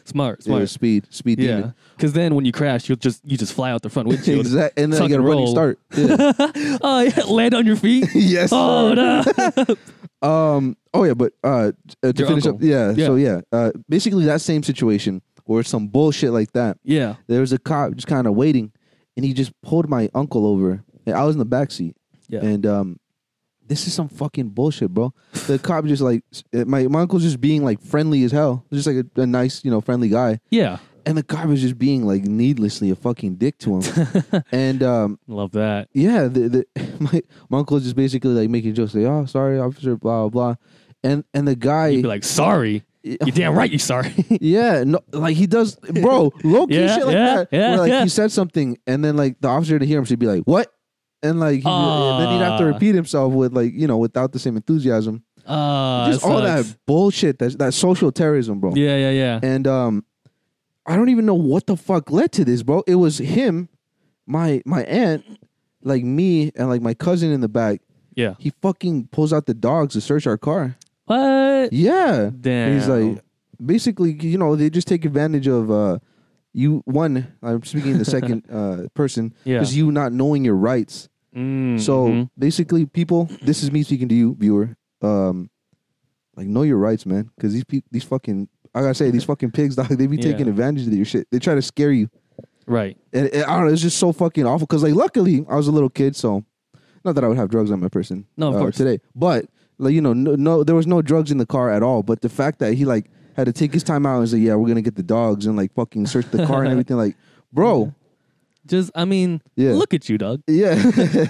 Speaker 1: smart,
Speaker 2: yeah,
Speaker 1: smart.
Speaker 2: speed, speed
Speaker 1: Yeah, *laughs*
Speaker 2: demon.
Speaker 1: because then when you crash, you will just you just fly out the front windshield.
Speaker 2: Exactly. And then
Speaker 1: Tuck
Speaker 2: I get a
Speaker 1: and
Speaker 2: running
Speaker 1: roll.
Speaker 2: start. Yeah.
Speaker 1: *laughs* oh yeah, land on your feet.
Speaker 2: *laughs* yes.
Speaker 1: oh no,
Speaker 2: *laughs* Um. Oh yeah, but uh, uh, to
Speaker 1: Your
Speaker 2: finish up,
Speaker 1: uncle.
Speaker 2: yeah,
Speaker 1: Yeah.
Speaker 2: So yeah, uh, basically that same situation or some bullshit like that.
Speaker 1: yeah,
Speaker 2: There was a cop just kind of waiting, and he just pulled my uncle over. And I was in the back seat.
Speaker 1: yeah.
Speaker 2: And um, this is some fucking bullshit, bro. The cop just like s- uh, my my uncle's just being like friendly as hell, just like a, a nice you know friendly guy.
Speaker 1: Yeah.
Speaker 2: And the cop was just being like needlessly a fucking dick
Speaker 1: *laughs*
Speaker 2: to him. and um,
Speaker 1: Love that.
Speaker 2: yeah, the, *laughs* the my, my uncle was just basically like making jokes like, oh sorry officer, blah blah blah. And and the guy,
Speaker 1: You'd be
Speaker 2: *laughs*
Speaker 1: like, sorry. You're damn right you sorry.
Speaker 2: yeah, no, like he
Speaker 1: *laughs*
Speaker 2: does, bro, low key
Speaker 1: Yeah,
Speaker 2: shit like
Speaker 1: yeah,
Speaker 2: that.
Speaker 1: yeah,
Speaker 2: where like
Speaker 1: yeah.
Speaker 2: he said something, and then like the officer to hear him should be like, what? And like he'd be- and then he'd have to
Speaker 1: Ah.
Speaker 2: repeat himself with like you know without the same enthusiasm.
Speaker 1: Uh,
Speaker 2: just all that bullshit that that social terrorism, bro.
Speaker 1: Yeah, yeah, yeah.
Speaker 2: And um, I don't even know what the fuck led to this, bro. It was him, my my aunt, like me, and like my cousin in the back.
Speaker 1: Yeah.
Speaker 2: He fucking pulls out the dogs to search our car.
Speaker 1: What?
Speaker 2: Yeah.
Speaker 1: Damn.
Speaker 2: And he's like, basically, you know, they just take advantage of uh, you. One, I'm speaking in the
Speaker 1: *laughs*
Speaker 2: second uh person,
Speaker 1: Yeah.
Speaker 2: because you not knowing your rights.
Speaker 1: Mm,
Speaker 2: So
Speaker 1: mhm.
Speaker 2: basically, people, this is me speaking to you, viewer. Um, like know your rights, man, because these pe- these fucking I gotta say these fucking pigs, *laughs* dog. They be
Speaker 1: Yeah.
Speaker 2: taking advantage of your shit. They try to scare you,
Speaker 1: right.
Speaker 2: and, and I don't know. It's just so fucking awful. Because like, luckily, I was a little kid, so not that I would have drugs on my person.
Speaker 1: No, of
Speaker 2: uh,
Speaker 1: course.
Speaker 2: today, but like you know, no, no, there was no drugs in the car at all. But the fact that he like had to take his time out and say, "Yeah, we're gonna get the dogs," and like fucking search the car
Speaker 1: *laughs*
Speaker 2: and everything, like, bro,
Speaker 1: Just, I mean,
Speaker 2: Yeah.
Speaker 1: look at you, dog. *laughs*
Speaker 2: yeah.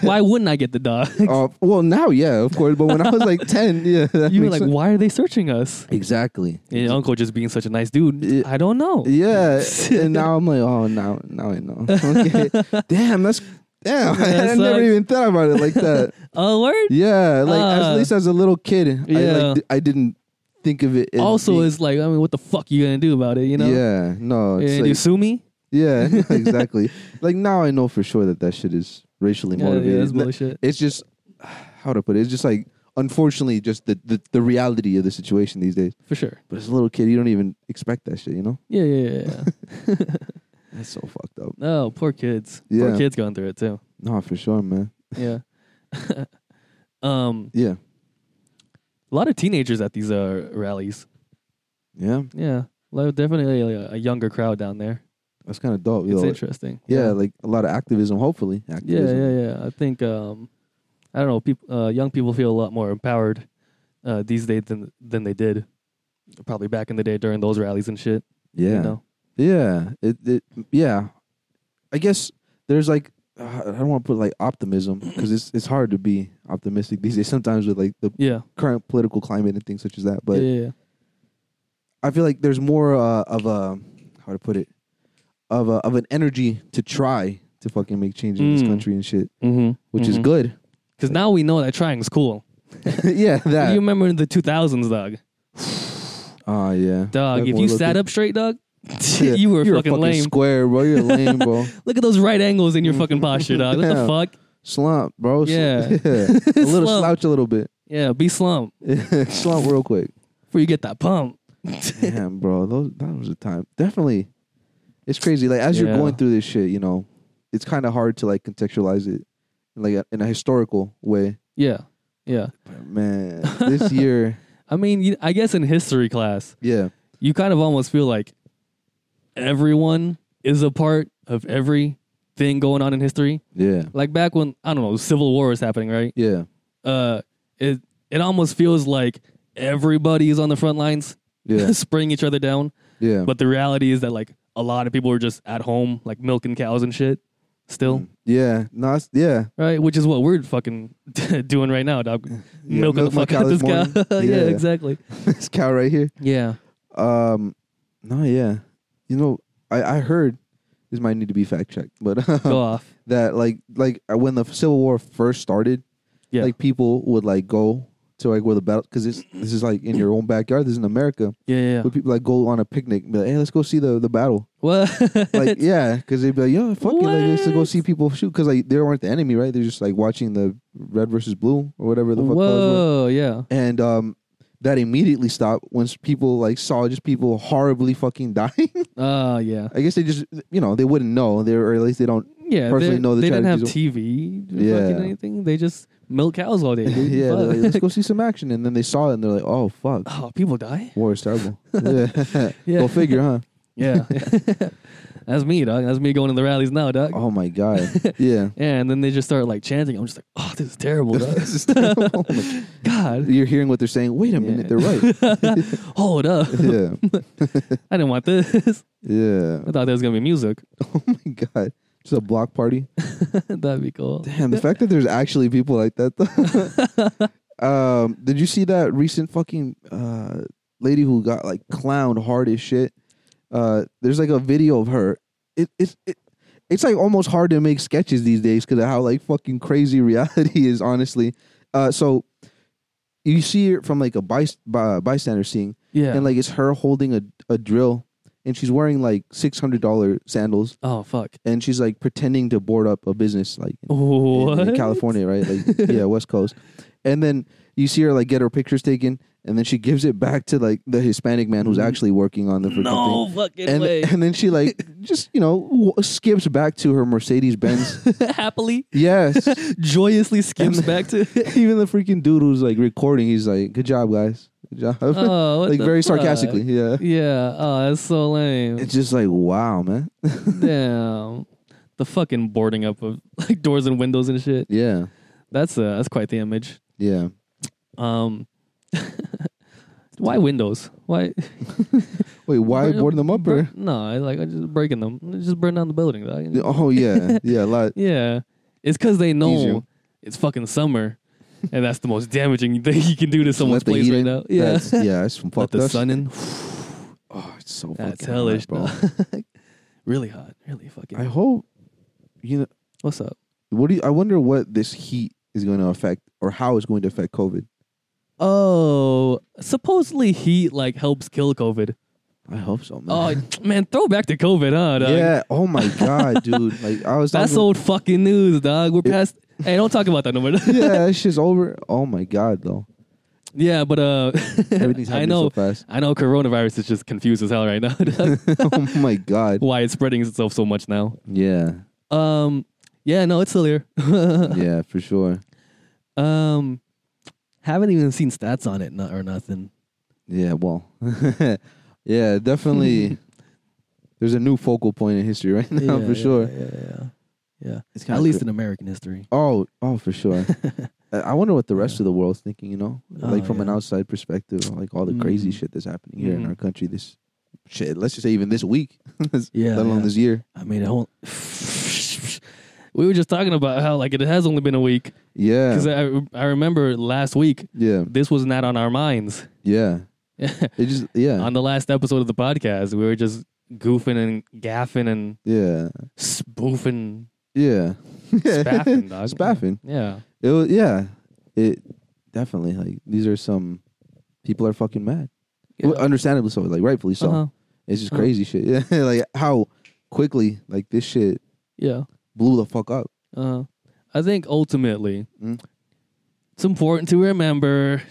Speaker 1: Why wouldn't I get the dog?
Speaker 2: Uh, well, now, yeah, of course. But when I was like *laughs* ten, yeah, *laughs* that
Speaker 1: you were
Speaker 2: makes
Speaker 1: like,
Speaker 2: sense.
Speaker 1: why are they searching us?
Speaker 2: exactly,
Speaker 1: And your uncle just being such a nice dude.
Speaker 2: Yeah.
Speaker 1: I don't know.
Speaker 2: yeah. and now I'm like, oh, now, now
Speaker 1: *laughs*
Speaker 2: I know. Okay, damn, that's damn. I
Speaker 1: That
Speaker 2: never
Speaker 1: sucks.
Speaker 2: even thought about it like that.
Speaker 1: Oh, word?
Speaker 2: Yeah, like as-
Speaker 1: Uh,
Speaker 2: at least as a little kid, I,
Speaker 1: yeah.
Speaker 2: like, d- I didn't think of it. as
Speaker 1: Also,
Speaker 2: being-
Speaker 1: it's like, I mean, what the fuck you gonna do about it, you know?
Speaker 2: yeah, no, it's
Speaker 1: And you
Speaker 2: like,
Speaker 1: sue me?
Speaker 2: *laughs*
Speaker 1: *laughs*
Speaker 2: yeah, exactly. Like now I know for sure that that shit is racially
Speaker 1: Yeah, yeah,
Speaker 2: motivated.
Speaker 1: that's
Speaker 2: N-
Speaker 1: bullshit.
Speaker 2: It's just *sighs* how to put it. It's just like unfortunately just the, the, the reality of the situation these days.
Speaker 1: for sure.
Speaker 2: But as a little kid, you don't even expect that shit, you know?
Speaker 1: Yeah, yeah, yeah.
Speaker 2: *laughs*
Speaker 1: yeah.
Speaker 2: That's so fucked up.
Speaker 1: oh, poor kids.
Speaker 2: Yeah.
Speaker 1: Poor kids going through it too.
Speaker 2: No, for sure, man.
Speaker 1: Yeah. *laughs* um,
Speaker 2: Yeah.
Speaker 1: a lot of teenagers at these uh rallies.
Speaker 2: Yeah.
Speaker 1: Yeah, Lo- definitely a, a younger crowd down there.
Speaker 2: That's kind of dope. you
Speaker 1: It's
Speaker 2: know?
Speaker 1: interesting.
Speaker 2: yeah, like a lot of activism, hopefully.
Speaker 1: yeah,
Speaker 2: Activism.
Speaker 1: yeah, yeah. I think um, I don't know. People, uh, young people feel a lot more empowered uh, these days than than they did probably back in the day during those rallies and shit.
Speaker 2: Yeah.
Speaker 1: You know?
Speaker 2: Yeah. It, it yeah. I guess there's like uh, I don't want to put like optimism because it's it's hard to be optimistic these days *laughs* sometimes with like the
Speaker 1: Yeah.
Speaker 2: current political climate and things such as that. But
Speaker 1: yeah, yeah, yeah.
Speaker 2: I feel like there's more uh, of a how to put it of a, of an energy to try to fucking make change in this
Speaker 1: Mm.
Speaker 2: country and shit,
Speaker 1: Mm-hmm.
Speaker 2: which is good.
Speaker 1: Because now we know that trying's cool.
Speaker 2: *laughs* yeah,
Speaker 1: You
Speaker 2: that.
Speaker 1: remember in the 2000s, dog?
Speaker 2: Oh yeah,
Speaker 1: Dog, if you sat
Speaker 2: *laughs*
Speaker 1: up straight, dog, *laughs* you were
Speaker 2: you're
Speaker 1: fucking,
Speaker 2: a fucking
Speaker 1: lame.
Speaker 2: square, bro. You're
Speaker 1: *laughs*
Speaker 2: lame, bro.
Speaker 1: Look at those right angles in your fucking posture, dog. What
Speaker 2: *laughs* Yeah.
Speaker 1: the fuck?
Speaker 2: Slump, bro. Sl- *laughs*
Speaker 1: Yeah.
Speaker 2: a little
Speaker 1: Slump.
Speaker 2: slouch, a little bit. *laughs*
Speaker 1: Yeah, be slump
Speaker 2: Slump real quick.
Speaker 1: before you get that pump.
Speaker 2: Damn, bro, those that was a time. Definitely, it's crazy. Like as you're
Speaker 1: Yeah.
Speaker 2: going through this shit, you know, it's kind of hard to like contextualize it, like in a historical way.
Speaker 1: *laughs* Yeah, yeah. *laughs*
Speaker 2: But man, this year,
Speaker 1: I mean, you, I guess in history class,
Speaker 2: yeah,
Speaker 1: you kind of almost feel like everyone is a part of every thing going on in history.
Speaker 2: yeah,
Speaker 1: Like back when I don't know, Civil War was happening, right?
Speaker 2: yeah,
Speaker 1: Uh, it it almost feels like everybody is on the front lines,
Speaker 2: yeah,
Speaker 1: *laughs* spraying each other down. *laughs*
Speaker 2: yeah.
Speaker 1: But the reality is that like a lot of people are just at home, like milking cows and shit, still,
Speaker 2: Mm. yeah, no, it's- yeah, *laughs*
Speaker 1: right? Which is what we're fucking *laughs* doing right now, dog. milking
Speaker 2: milk
Speaker 1: the
Speaker 2: my
Speaker 1: fuck
Speaker 2: cow
Speaker 1: out
Speaker 2: this
Speaker 1: this cow. *laughs* yeah,
Speaker 2: morning. Yeah.
Speaker 1: exactly.
Speaker 2: this cow right here.
Speaker 1: Yeah.
Speaker 2: Um, no, yeah, you know, I I heard this might need to be fact checked, but *laughs* um,
Speaker 1: Go off.
Speaker 2: that like like when the Civil War first started,
Speaker 1: Yeah.
Speaker 2: like people would like go to like where the battle because this this is like in your own backyard. This is in America.
Speaker 1: Yeah, yeah. yeah.
Speaker 2: But people like go on a picnic, and be like, hey, let's go see the the
Speaker 1: *laughs*
Speaker 2: battle.
Speaker 1: What?
Speaker 2: *laughs* Like yeah, because they'd be like, yo, fuck it, like, let's go
Speaker 1: What?
Speaker 2: see people shoot because like they weren't the enemy, right? They're just like watching the red versus blue or whatever the fuck. colors were.
Speaker 1: Whoa, yeah.
Speaker 2: And um. That immediately stopped once people like saw just people horribly fucking *laughs* dying.
Speaker 1: Oh, yeah.
Speaker 2: I guess they just you know they wouldn't know they or at least they
Speaker 1: *laughs*
Speaker 2: don't
Speaker 1: Yeah,
Speaker 2: Personally
Speaker 1: they,
Speaker 2: know the
Speaker 1: they didn't have
Speaker 2: strategies
Speaker 1: TV,
Speaker 2: Yeah.
Speaker 1: fucking anything. They just milk cows all day.
Speaker 2: *laughs*
Speaker 1: dude.
Speaker 2: yeah, they're
Speaker 1: Fuck. *laughs*
Speaker 2: like, let's go see some action. And then they saw it and they're like, oh, fuck.
Speaker 1: oh, people die.
Speaker 2: War is
Speaker 1: *laughs*
Speaker 2: terrible. yeah.
Speaker 1: Yeah.
Speaker 2: Go figure, huh?
Speaker 1: Yeah, *laughs* that's me, dog. That's me going to the rallies now, dog.
Speaker 2: Oh, my God.
Speaker 1: *laughs*
Speaker 2: Yeah. *laughs*
Speaker 1: Yeah, and then they just start like chanting. I'm just like, oh, this is terrible, dog.
Speaker 2: This is terrible.
Speaker 1: God,
Speaker 2: You're hearing what they're saying. Wait a minute, they're right.
Speaker 1: *laughs* hold
Speaker 2: *laughs*
Speaker 1: up.
Speaker 2: Yeah.
Speaker 1: I didn't want this.
Speaker 2: Yeah. *laughs*
Speaker 1: I thought there was gonna be music.
Speaker 2: Oh, my God. Just a block party.
Speaker 1: *laughs* That'd be cool.
Speaker 2: Damn, the fact that there's actually people like that. though. um, did you see that recent fucking uh, lady who got like clowned hard as shit? Uh, there's like a video of her. It, it's it, it's like almost hard to make sketches these days because of how like fucking crazy *laughs* reality is. Honestly, uh, so you see it from like a byst- by, bystander seeing,
Speaker 1: Yeah.
Speaker 2: and like it's her holding a a drill, and she's wearing like six hundred dollar sandals,
Speaker 1: oh fuck.
Speaker 2: and she's like pretending to board up a business like in-
Speaker 1: What?
Speaker 2: in California, right? Like, yeah, West Coast. And then you see her like get her pictures taken, and then she gives it back to like the Hispanic man who's actually working on the freaking
Speaker 1: Mm-hmm. No
Speaker 2: thing.
Speaker 1: fucking
Speaker 2: And
Speaker 1: way.
Speaker 2: and then she like just you know w- skips back to her
Speaker 1: *laughs*
Speaker 2: Mercedes Benz.
Speaker 1: *laughs* Happily, *laughs*
Speaker 2: yes.
Speaker 1: joyously skips back *laughs* to.
Speaker 2: Even the freaking dude who's like recording, he's like, "Good job, guys. Good job."
Speaker 1: Oh, what
Speaker 2: *laughs* like
Speaker 1: the
Speaker 2: very
Speaker 1: fuck?
Speaker 2: sarcastically. Yeah.
Speaker 1: Yeah. Oh, that's so lame. *laughs*
Speaker 2: It's just like, wow, man.
Speaker 1: Damn. The fucking boarding up of *laughs* like doors and windows and shit.
Speaker 2: yeah.
Speaker 1: That's uh that's quite the image.
Speaker 2: Yeah.
Speaker 1: Um *laughs* why windows? Why
Speaker 2: Wait, why boarding them
Speaker 1: *laughs*
Speaker 2: up or?
Speaker 1: No, I like I just breaking them. Just burn down the building. dog.
Speaker 2: Oh yeah, yeah, a lot.
Speaker 1: Yeah. It's cause they know
Speaker 2: Easier.
Speaker 1: it's fucking summer and that's the most damaging thing you can do to someone's
Speaker 2: *laughs* Let the
Speaker 1: place
Speaker 2: heat
Speaker 1: right
Speaker 2: in.
Speaker 1: now. Yeah. *laughs*
Speaker 2: That's- yeah, it's from
Speaker 1: Let
Speaker 2: fucked
Speaker 1: the
Speaker 2: up.
Speaker 1: sun in.
Speaker 2: *sighs* Oh, it's so
Speaker 1: That's
Speaker 2: fucking hot,
Speaker 1: hellish,
Speaker 2: bro.
Speaker 1: dog. *laughs* really hot. Really fucking
Speaker 2: I hope you know.
Speaker 1: what's up?
Speaker 2: What do you, I wonder what this heat is going to affect, or how it's going to affect COVID.
Speaker 1: Oh, supposedly heat like helps kill
Speaker 2: *laughs*
Speaker 1: COVID.
Speaker 2: I hope so,
Speaker 1: Oh man, throw back to COVID, huh? Dog?
Speaker 2: yeah. Oh my god, dude. Like I
Speaker 1: *laughs*
Speaker 2: was.
Speaker 1: that's
Speaker 2: talking- *laughs*
Speaker 1: old fucking news, dog. We're past Hey, don't talk about that no more. *laughs*
Speaker 2: yeah, that shit's over. Oh my god, though.
Speaker 1: yeah, but uh, *laughs*
Speaker 2: Everything's
Speaker 1: I
Speaker 2: happening
Speaker 1: know, *laughs*
Speaker 2: so fast. *laughs*
Speaker 1: I know, coronavirus is just confused as hell right now. *laughs* dog.
Speaker 2: oh my god.
Speaker 1: Why it's spreading itself so much now?
Speaker 2: Yeah,
Speaker 1: Um, yeah, no, it's still here.
Speaker 2: yeah, for sure.
Speaker 1: *laughs* um, haven't even seen stats on it no- or nothing.
Speaker 2: *laughs* Yeah, well, *laughs*
Speaker 1: *laughs*
Speaker 2: yeah, definitely. There's a new focal point in history right *laughs* now,
Speaker 1: Yeah,
Speaker 2: for
Speaker 1: yeah,
Speaker 2: sure.
Speaker 1: Yeah, yeah, yeah.
Speaker 2: It's
Speaker 1: At least in American history.
Speaker 2: Oh, oh,
Speaker 1: *laughs*
Speaker 2: for sure. I- I wonder what the rest of the world's thinking. You know, like
Speaker 1: Oh,
Speaker 2: from an
Speaker 1: yeah.
Speaker 2: outside perspective, like all the crazy
Speaker 1: Mhm.
Speaker 2: shit that's happening here in
Speaker 1: Mhm.
Speaker 2: our country. This shit. Let's just say even this week,
Speaker 1: Yeah,
Speaker 2: let alone
Speaker 1: yeah.
Speaker 2: this year.
Speaker 1: I mean, it won't. *laughs* we were just talking about how like it has only been a week because
Speaker 2: Yeah,
Speaker 1: I I remember last week
Speaker 2: yeah,
Speaker 1: this was not on our minds. *laughs*
Speaker 2: yeah. It just yeah,
Speaker 1: on the last episode of the podcast, we were just goofing and gaffing and
Speaker 2: yeah,
Speaker 1: spoofing,
Speaker 2: *laughs* yeah.
Speaker 1: spaffing, dog.
Speaker 2: Spaffing.
Speaker 1: Yeah.
Speaker 2: It was, yeah. It definitely like these are some people are fucking mad. Well, understandably so, like rightfully so.
Speaker 1: Uh-huh.
Speaker 2: It's just
Speaker 1: Uh-huh.
Speaker 2: crazy shit. *laughs* Yeah, like how quickly like this shit
Speaker 1: Yeah.
Speaker 2: blew the fuck up.
Speaker 1: Uh, I think ultimately,
Speaker 2: Mm.
Speaker 1: it's important to remember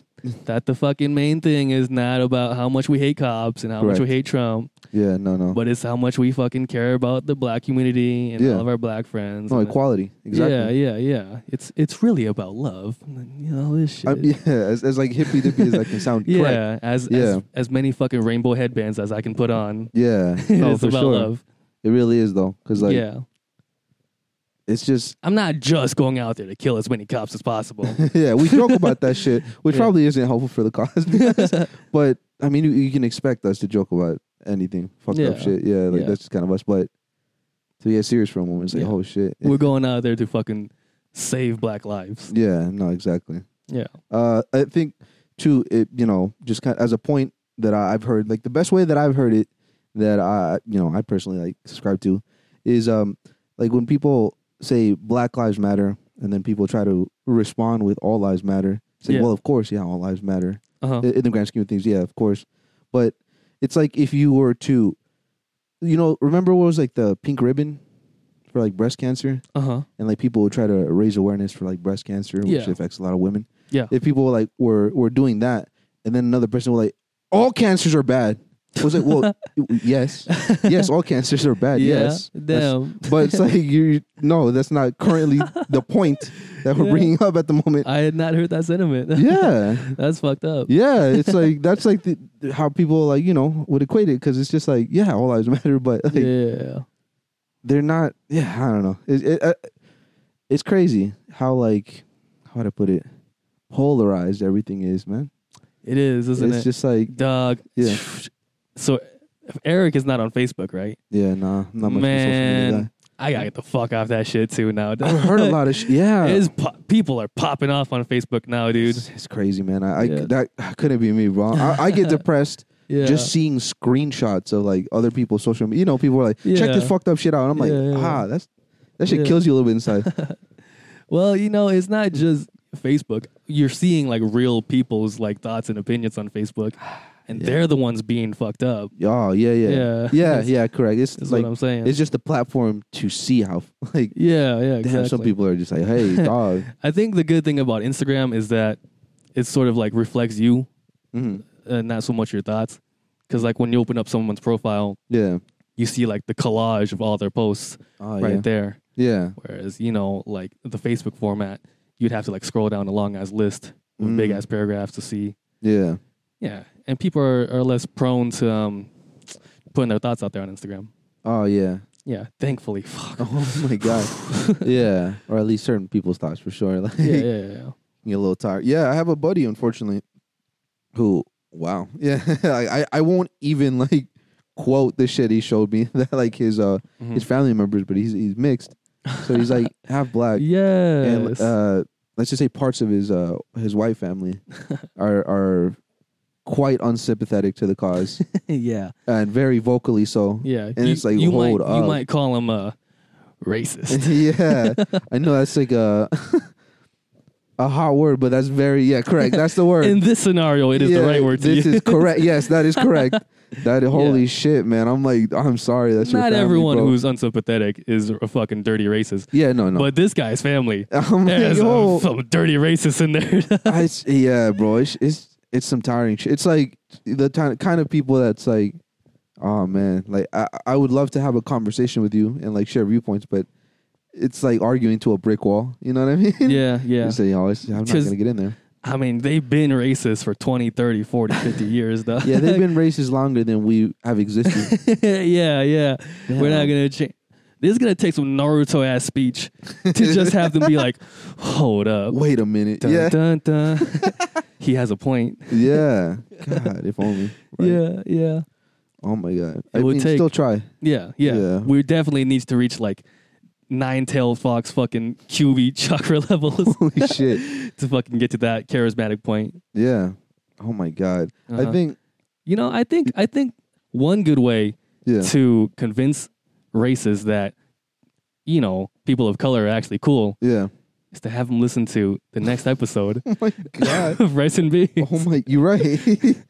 Speaker 1: that the fucking main thing is not about how much we hate cops and how much we
Speaker 2: Correct.
Speaker 1: hate Trump,
Speaker 2: Yeah, no, no,
Speaker 1: but it's how much we fucking care about the black community and
Speaker 2: Yeah.
Speaker 1: all of our black friends.
Speaker 2: no
Speaker 1: and-
Speaker 2: equality. Exactly.
Speaker 1: Yeah, yeah, yeah. It's it's really about love. You know this shit.
Speaker 2: I- yeah, as, as like hippy dippy as I can
Speaker 1: *laughs*
Speaker 2: sound.
Speaker 1: yeah,
Speaker 2: Correct.
Speaker 1: as
Speaker 2: Yeah.
Speaker 1: as as many fucking rainbow headbands as I can put on. *laughs*
Speaker 2: Yeah, no,
Speaker 1: it's
Speaker 2: for
Speaker 1: about
Speaker 2: sure.
Speaker 1: love.
Speaker 2: It really is though, because like
Speaker 1: yeah,
Speaker 2: it's just *laughs*
Speaker 1: I'm not just going out there to kill as many cops as possible.
Speaker 2: yeah. We joke about
Speaker 1: *laughs*
Speaker 2: that shit, which
Speaker 1: Yeah.
Speaker 2: probably isn't helpful for the cause. *laughs* to
Speaker 1: *laughs*
Speaker 2: be honest. but I mean, you, you can expect us to joke about anything fucked up
Speaker 1: Yeah.
Speaker 2: shit. Yeah, like
Speaker 1: Yeah.
Speaker 2: that's just kind of us. But to get serious for a moment, it's like
Speaker 1: Yeah.
Speaker 2: oh shit.
Speaker 1: We're going out there to fucking save black lives.
Speaker 2: yeah, no, exactly.
Speaker 1: Yeah.
Speaker 2: Uh, I think too, it you know, just kind as a point that I, I've heard, like the best way that I've heard it that I you know I personally like subscribe to is um like when people say Black Lives Matter and then people try to respond with All Lives Matter, say
Speaker 1: Yeah.
Speaker 2: well of course yeah all lives matter
Speaker 1: Uh huh.
Speaker 2: in in the grand scheme of things yeah of course, but it's like if you were to you know remember what was like the pink ribbon for like breast cancer
Speaker 1: Uh huh.
Speaker 2: and like people would try to raise awareness for like breast cancer, which
Speaker 1: Yeah.
Speaker 2: affects a lot of women.
Speaker 1: Yeah.
Speaker 2: If people like were were doing that, and then another person was like, "All cancers are bad." I was like,
Speaker 1: *laughs*
Speaker 2: "Well, yes, yes, all cancers are bad."
Speaker 1: Yeah.
Speaker 2: Yes, That's-
Speaker 1: Damn.
Speaker 2: *laughs* but it's like you no, that's not currently the point that we're
Speaker 1: Yeah.
Speaker 2: bringing up at the moment.
Speaker 1: I had not heard that sentiment. *laughs*
Speaker 2: yeah,
Speaker 1: That's fucked up.
Speaker 2: yeah, it's like that's like the, how people like you know would equate it because it's just like yeah, all lives *laughs* matter, but like
Speaker 1: yeah.
Speaker 2: they're not. Yeah, I don't know. It, it, uh, it's crazy how like how to put it polarized everything is, man.
Speaker 1: It is, isn't
Speaker 2: it's
Speaker 1: it?
Speaker 2: just like
Speaker 1: Dog.
Speaker 2: Yeah.
Speaker 1: *sighs* So Eric is not on Facebook, right?
Speaker 2: yeah, nah, I'm not much of a social media
Speaker 1: Man, I gotta get the fuck off that shit too now.
Speaker 2: guy. I've heard a
Speaker 1: *laughs*
Speaker 2: lot of sh- yeah.
Speaker 1: It is po- people are popping off on Facebook now, dude.
Speaker 2: It's, it's crazy, man. I, I
Speaker 1: Yeah.
Speaker 2: that couldn't be me, bro. I,
Speaker 1: *laughs*
Speaker 2: I get depressed
Speaker 1: Yeah.
Speaker 2: just seeing screenshots of like other people's social media. You know, people are like, check this
Speaker 1: Yeah.
Speaker 2: fucked up shit out. And I'm like,
Speaker 1: Yeah, yeah, yeah.
Speaker 2: ah, that's that shit
Speaker 1: Yeah.
Speaker 2: kills you a little
Speaker 1: *laughs*
Speaker 2: bit inside.
Speaker 1: Well, you know, it's not just Facebook. You're seeing like real people's like thoughts and opinions on Facebook, and
Speaker 2: *sighs* Yeah.
Speaker 1: they're the ones being fucked up.
Speaker 2: oh yeah, yeah,
Speaker 1: Yeah.
Speaker 2: yeah, yeah,
Speaker 1: That's-
Speaker 2: correct. It's
Speaker 1: Is
Speaker 2: like
Speaker 1: what I'm saying.
Speaker 2: it's just the platform to see how *laughs* like
Speaker 1: yeah, yeah, exactly.
Speaker 2: Damn, *laughs* some people are just like, hey, *laughs* dog.
Speaker 1: I think the good thing about Instagram is that it sort of like reflects you,
Speaker 2: Mhm.
Speaker 1: uh, not so much your thoughts. Because like when you open up someone's profile,
Speaker 2: Yeah.
Speaker 1: you see like the collage of all their posts
Speaker 2: Oh,
Speaker 1: right
Speaker 2: yeah.
Speaker 1: there.
Speaker 2: Yeah.
Speaker 1: Whereas, you know, like the Facebook format, you'd have to like scroll down a long ass list with
Speaker 2: Mm.
Speaker 1: big ass paragraphs to see.
Speaker 2: Yeah.
Speaker 1: Yeah. And people are, are less prone to um, putting their thoughts out there on Instagram.
Speaker 2: Oh, yeah. *laughs*
Speaker 1: Yeah. Thankfully. *laughs* Fuck.
Speaker 2: Oh, my *laughs* God. yeah. Or at least certain people's thoughts for sure. *laughs* Like,
Speaker 1: yeah, yeah, yeah, yeah.
Speaker 2: get a little tired. Yeah. I have a buddy, unfortunately, who, wow. *laughs* Yeah. like, I, I won't even, like, quote the shit he showed me *laughs* that, like, his, uh,
Speaker 1: Mhm.
Speaker 2: his family members, but he's, he's mixed. So he's, like, half *laughs* black.
Speaker 1: Yes.
Speaker 2: And, uh, let's just say parts of his, uh, his white family are, are, quite unsympathetic to
Speaker 1: *laughs*
Speaker 2: the cause
Speaker 1: *laughs* yeah.
Speaker 2: and very vocally so
Speaker 1: Yeah.
Speaker 2: And it's like,
Speaker 1: you
Speaker 2: hold
Speaker 1: might,
Speaker 2: up.
Speaker 1: You might call
Speaker 2: *laughs*
Speaker 1: him a racist.
Speaker 2: yeah, I know that's like a *laughs* a hot word, but that's very yeah, correct. That's the word.
Speaker 1: *laughs* In this scenario, it is
Speaker 2: Yeah,
Speaker 1: the right word to
Speaker 2: This
Speaker 1: use.
Speaker 2: is correct. Yes, that is correct. That holy shit, man. I'm like, I'm sorry. That's
Speaker 1: *laughs*
Speaker 2: your
Speaker 1: Not
Speaker 2: family,
Speaker 1: everyone
Speaker 2: bro.
Speaker 1: who's unsympathetic is a fucking dirty racist.
Speaker 2: yeah, no, no.
Speaker 1: But this guy's family
Speaker 2: *laughs* I'm like, oh,
Speaker 1: has
Speaker 2: yo.
Speaker 1: uh, some dirty racists in there. *laughs*
Speaker 2: I s yeah, bro. It's, it's it's some tiring shit. It's like the ti- kind of people that's like, oh man, like I I would love to have a conversation with you and like share viewpoints, but it's like arguing to a brick wall. You know what I mean?
Speaker 1: yeah, yeah.
Speaker 2: *laughs* You say, oh, it's, I'm not
Speaker 1: 'Cause-
Speaker 2: gonna get in there.
Speaker 1: I mean, they've been racist for 20, 30, 40,
Speaker 2: *laughs*
Speaker 1: 50 years, though.
Speaker 2: Yeah, they've
Speaker 1: *laughs*
Speaker 2: been racist longer than we have existed.
Speaker 1: yeah, yeah. We're not gonna change. This is gonna take some Naruto ass
Speaker 2: *laughs*
Speaker 1: speech to just have them be like, "Hold up,
Speaker 2: Wait a minute.
Speaker 1: dun
Speaker 2: *laughs* yeah,
Speaker 1: dun dun."
Speaker 2: *laughs*
Speaker 1: *laughs* he has a point.
Speaker 2: yeah. God, if only. Right.
Speaker 1: Yeah, yeah,
Speaker 2: Oh my god. I
Speaker 1: It would
Speaker 2: mean,
Speaker 1: take- *laughs*
Speaker 2: still try.
Speaker 1: yeah, yeah,
Speaker 2: Yeah.
Speaker 1: We definitely needs to reach like nine-tailed fox fucking QB *laughs* chakra
Speaker 2: *laughs*
Speaker 1: levels
Speaker 2: Holy shit.
Speaker 1: to fucking get to that charismatic point.
Speaker 2: Yeah. Oh my god. I
Speaker 1: Uh-huh.
Speaker 2: think.
Speaker 1: You know, I think I think one good way
Speaker 2: Yeah.
Speaker 1: to convince races that you know people of color are actually cool
Speaker 2: Yeah. *laughs*
Speaker 1: is to have them listen to the next episode
Speaker 2: Oh my god.
Speaker 1: of Rice and Beans.
Speaker 2: Oh my, you're right. *laughs*